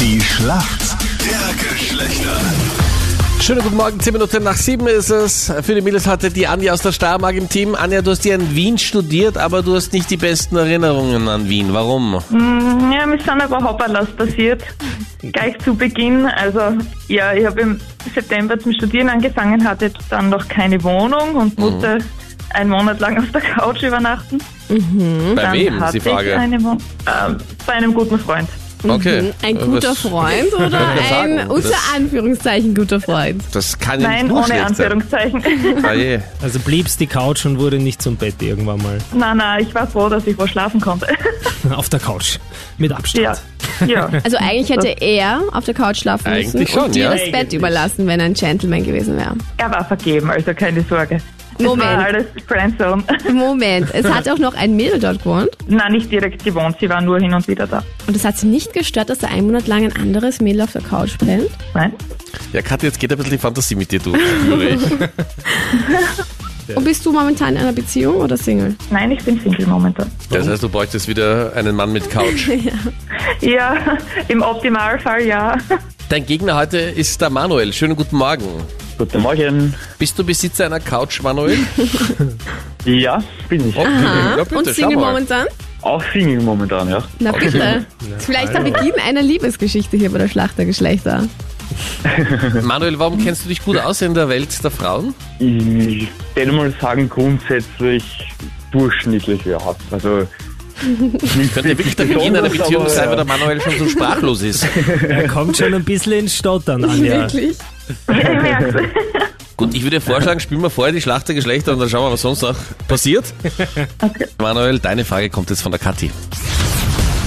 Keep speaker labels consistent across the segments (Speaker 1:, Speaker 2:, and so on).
Speaker 1: Die Schlacht der Geschlechter.
Speaker 2: Schönen guten Morgen, 10 Minuten nach 7 ist es. Für die Mädels hatte die Anja aus der Steiermark im Team. Anja, du hast ja in Wien studiert, aber du hast nicht die besten Erinnerungen an Wien. Warum?
Speaker 3: Hm, Ja, mir sind ein paar Hopperlas passiert. Gleich zu Beginn. Also, ja, ich habe im September zum Studieren angefangen, hatte dann noch keine Wohnung
Speaker 2: Mhm.
Speaker 3: und musste einen Monat lang auf der Couch übernachten.
Speaker 2: Bei
Speaker 3: Dann
Speaker 2: wem ist
Speaker 3: hatte
Speaker 2: die Frage?
Speaker 3: Ich eine Wo äh, bei einem guten Freund.
Speaker 2: Okay.
Speaker 4: Ein
Speaker 2: Äh,
Speaker 4: guter
Speaker 2: was-
Speaker 4: Freund oder
Speaker 2: wollte ich sagen,
Speaker 4: ein unter
Speaker 2: das-
Speaker 4: Anführungszeichen guter Freund?
Speaker 2: Das kann ja
Speaker 3: Nein,
Speaker 2: nicht nur
Speaker 3: ohne
Speaker 2: schlecht sein.
Speaker 3: Anführungszeichen.
Speaker 2: Ah, je.
Speaker 5: Also bliebst die Couch und wurde nicht zum Bett irgendwann mal.
Speaker 3: nein, nein, ich war froh, dass ich wo schlafen konnte.
Speaker 5: Auf der Couch. Mit Abstand.
Speaker 3: ja. ja.
Speaker 4: Also eigentlich hätte er auf der Couch schlafen müssen
Speaker 2: Eigentlich schon,
Speaker 4: und dir
Speaker 2: ja.
Speaker 4: das Bett überlassen, wenn er ein Gentleman gewesen wäre.
Speaker 3: Er war vergeben, also keine Sorge. Das war
Speaker 4: Moment,
Speaker 3: alles Friendzone.
Speaker 4: Moment. Es hat auch noch ein Mädel dort gewohnt
Speaker 3: Nein, nicht direkt gewohnt, sie war nur hin und wieder da.
Speaker 4: und es hat sie nicht gestört, dass da ein Monat lang ein anderes Mädel auf der Couch pennt.
Speaker 3: Nein?
Speaker 2: Ja, Katja, jetzt geht ein bisschen die Fantasie mit dir durch. höre ich.
Speaker 4: Und bist du momentan in einer Beziehung oder Single?
Speaker 3: Nein, ich bin Single momentan.
Speaker 2: Das heißt, du bräuchtest wieder einen Mann mit Couch.
Speaker 3: Ja, im Optimalfall ja.
Speaker 2: Dein Gegner heute ist der Manuel. Schönen guten Morgen.
Speaker 6: Guten Morgen.
Speaker 2: Bist du Besitzer einer Couch, Manuel?
Speaker 6: Ja, bin ich.
Speaker 2: Oh. Ja,
Speaker 4: und
Speaker 2: schau
Speaker 4: Single
Speaker 2: mal.
Speaker 4: momentan?
Speaker 6: Auch Single momentan, ja.
Speaker 4: Na bitte. Das ist vielleicht
Speaker 2: also.
Speaker 4: der Beginn einer Liebesgeschichte hier bei der Schlachtergeschlechter.
Speaker 2: Manuel, warum kennst du dich gut aus in der Welt der Frauen?
Speaker 6: Ich würde mal sagen, grundsätzlich durchschnittlich, ja. Also, nicht
Speaker 2: Könnte wirklich der Beginn einer Beziehung sein, weil der Manuel schon so sprachlos ist.
Speaker 5: Er kommt schon ein bisschen ins Stottern, Anja.
Speaker 4: Wirklich?
Speaker 2: Gut, ich würde vorschlagen, spielen wir vorher die Schlacht der Geschlechter und dann schauen wir, was sonst noch passiert. Manuel, deine Frage kommt jetzt von der Kathi.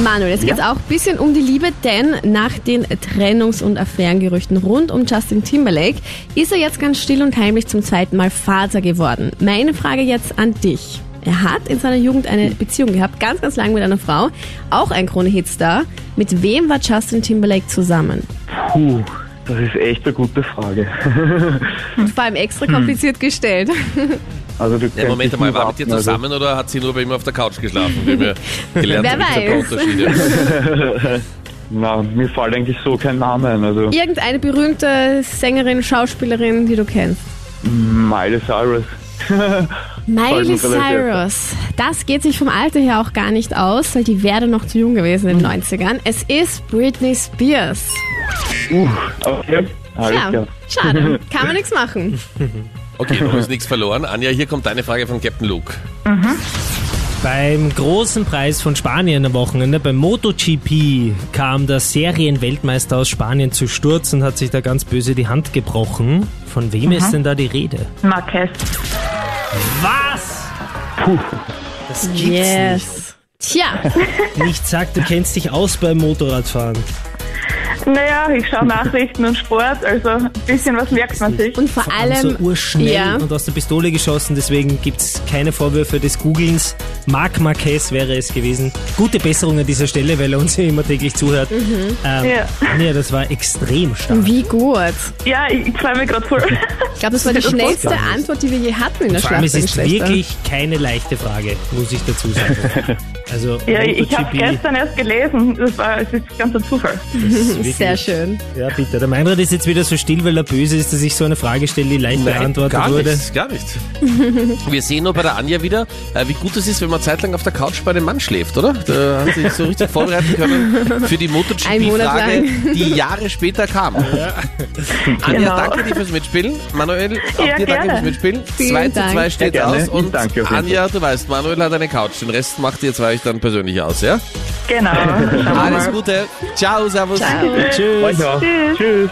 Speaker 4: Manuel, es geht auch ein bisschen um die Liebe, denn nach den Trennungs- und Affärengerüchten rund um Justin Timberlake ist er jetzt ganz still und heimlich zum zweiten Mal Vater geworden. Meine Frage jetzt an dich. Er hat in seiner Jugend eine Beziehung gehabt, ganz, ganz lang mit einer Frau, auch ein Krone-Hitstar. Mit wem war Justin Timberlake zusammen?
Speaker 6: Puh, das ist echt eine gute Frage.
Speaker 4: Vor allem extra kompliziert gestellt.
Speaker 6: Also, du
Speaker 2: Ja,
Speaker 6: könntest
Speaker 2: Moment
Speaker 6: nur
Speaker 2: einmal, war mit dir
Speaker 6: raten, also-
Speaker 2: zusammen oder hat sie nur bei ihm auf der Couch geschlafen? Wir haben ja gelernt,
Speaker 4: Wer
Speaker 2: da gibt's
Speaker 4: weiß.
Speaker 2: ein paar Unterschiede.
Speaker 6: Na, mir fällt eigentlich so kein Name ein. Also,
Speaker 4: Irgendeine berühmte Sängerin, Schauspielerin, die du kennst.
Speaker 6: Miley Cyrus.
Speaker 4: Miley
Speaker 6: Vollkommen relativ.
Speaker 4: Cyrus. Das geht sich vom Alter her auch gar nicht aus, weil die wäre noch zu jung gewesen in den
Speaker 6: Hm.
Speaker 4: 90ern. Es ist Britney Spears.
Speaker 6: Okay, alles
Speaker 4: Ja,
Speaker 6: klar.
Speaker 4: schade. Kann man nichts machen.
Speaker 2: Okay, noch ist nichts verloren. Anja, hier kommt deine Frage von Captain Luke.
Speaker 5: Beim großen Preis von Spanien am Wochenende, beim MotoGP, kam der Serienweltmeister aus Spanien zu Sturz und hat sich da ganz böse die Hand gebrochen. Von wem ist denn da die Rede?
Speaker 3: Marquez.
Speaker 5: Was? Das gibt's
Speaker 4: Yes. Tja,
Speaker 5: nicht. Nicht sag, du kennst dich aus beim Motorradfahren.
Speaker 3: Naja, ich schaue Nachrichten und Sport, also ein bisschen was merkt man sich.
Speaker 4: und vor allem,
Speaker 5: so urschnell
Speaker 4: ja,
Speaker 5: und aus der Pistole geschossen, deswegen gibt's keine Vorwürfe des Googlens. Marc Marquez wäre es gewesen. Gute Besserung an dieser Stelle, weil er uns ja immer täglich zuhört.
Speaker 4: Mhm.
Speaker 5: Ähm, ja.
Speaker 3: Ja.
Speaker 5: Anja, das war extrem stark.
Speaker 4: wie gut.
Speaker 3: Ja, ich, ich freue mich gerade voll.
Speaker 4: Ich glaube, das war die schnellste Antwort, die wir je hatten in der
Speaker 5: Vor allem,
Speaker 4: Schlacht.
Speaker 5: es
Speaker 4: der
Speaker 5: ist
Speaker 4: Geschlechter.
Speaker 5: wirklich keine leichte Frage, muss ich dazu sagen. Also,
Speaker 3: Ja, ich, ich habe
Speaker 5: MotoGP,
Speaker 3: gestern erst gelesen, das war, es ist ganz ein Zufall.
Speaker 5: das ist wirklich-
Speaker 4: Sehr schön.
Speaker 5: Ja, bitte. Der Meinrad ist jetzt wieder so still, weil er böse ist, dass ich so eine Frage stelle, die leicht beantwortet
Speaker 2: gar
Speaker 5: wurde.
Speaker 2: nicht, gar nicht. Wir sehen nur bei der Anja wieder, äh, wie gut es ist, wenn man zeitlang auf der Couch bei dem Mann schläft, oder? Da hat sie sich so richtig vorbereiten können für die
Speaker 4: Ein Monat
Speaker 2: MotoGP-Frage,
Speaker 4: lang.
Speaker 2: die Jahre später kam. Anja,
Speaker 3: Genau.
Speaker 2: danke dir fürs Mitspielen. Manuel, auch
Speaker 3: Ja,
Speaker 2: dir danke
Speaker 3: gerne.
Speaker 2: fürs Mitspielen.
Speaker 4: Vielen
Speaker 2: 2 zu 2
Speaker 4: Dank.
Speaker 2: steht
Speaker 6: Ja, gerne.
Speaker 2: aus und
Speaker 6: Danke auf jeden Fall.
Speaker 2: Anja, du weißt, Manuel hat eine Couch. Den Rest macht ihr zwei euch dann persönlich aus, ja?
Speaker 3: Genau. Schauen wir mal.
Speaker 2: Alles Gute. Ciao, servus.
Speaker 4: Ciao.
Speaker 6: Tschüss. Tschüss.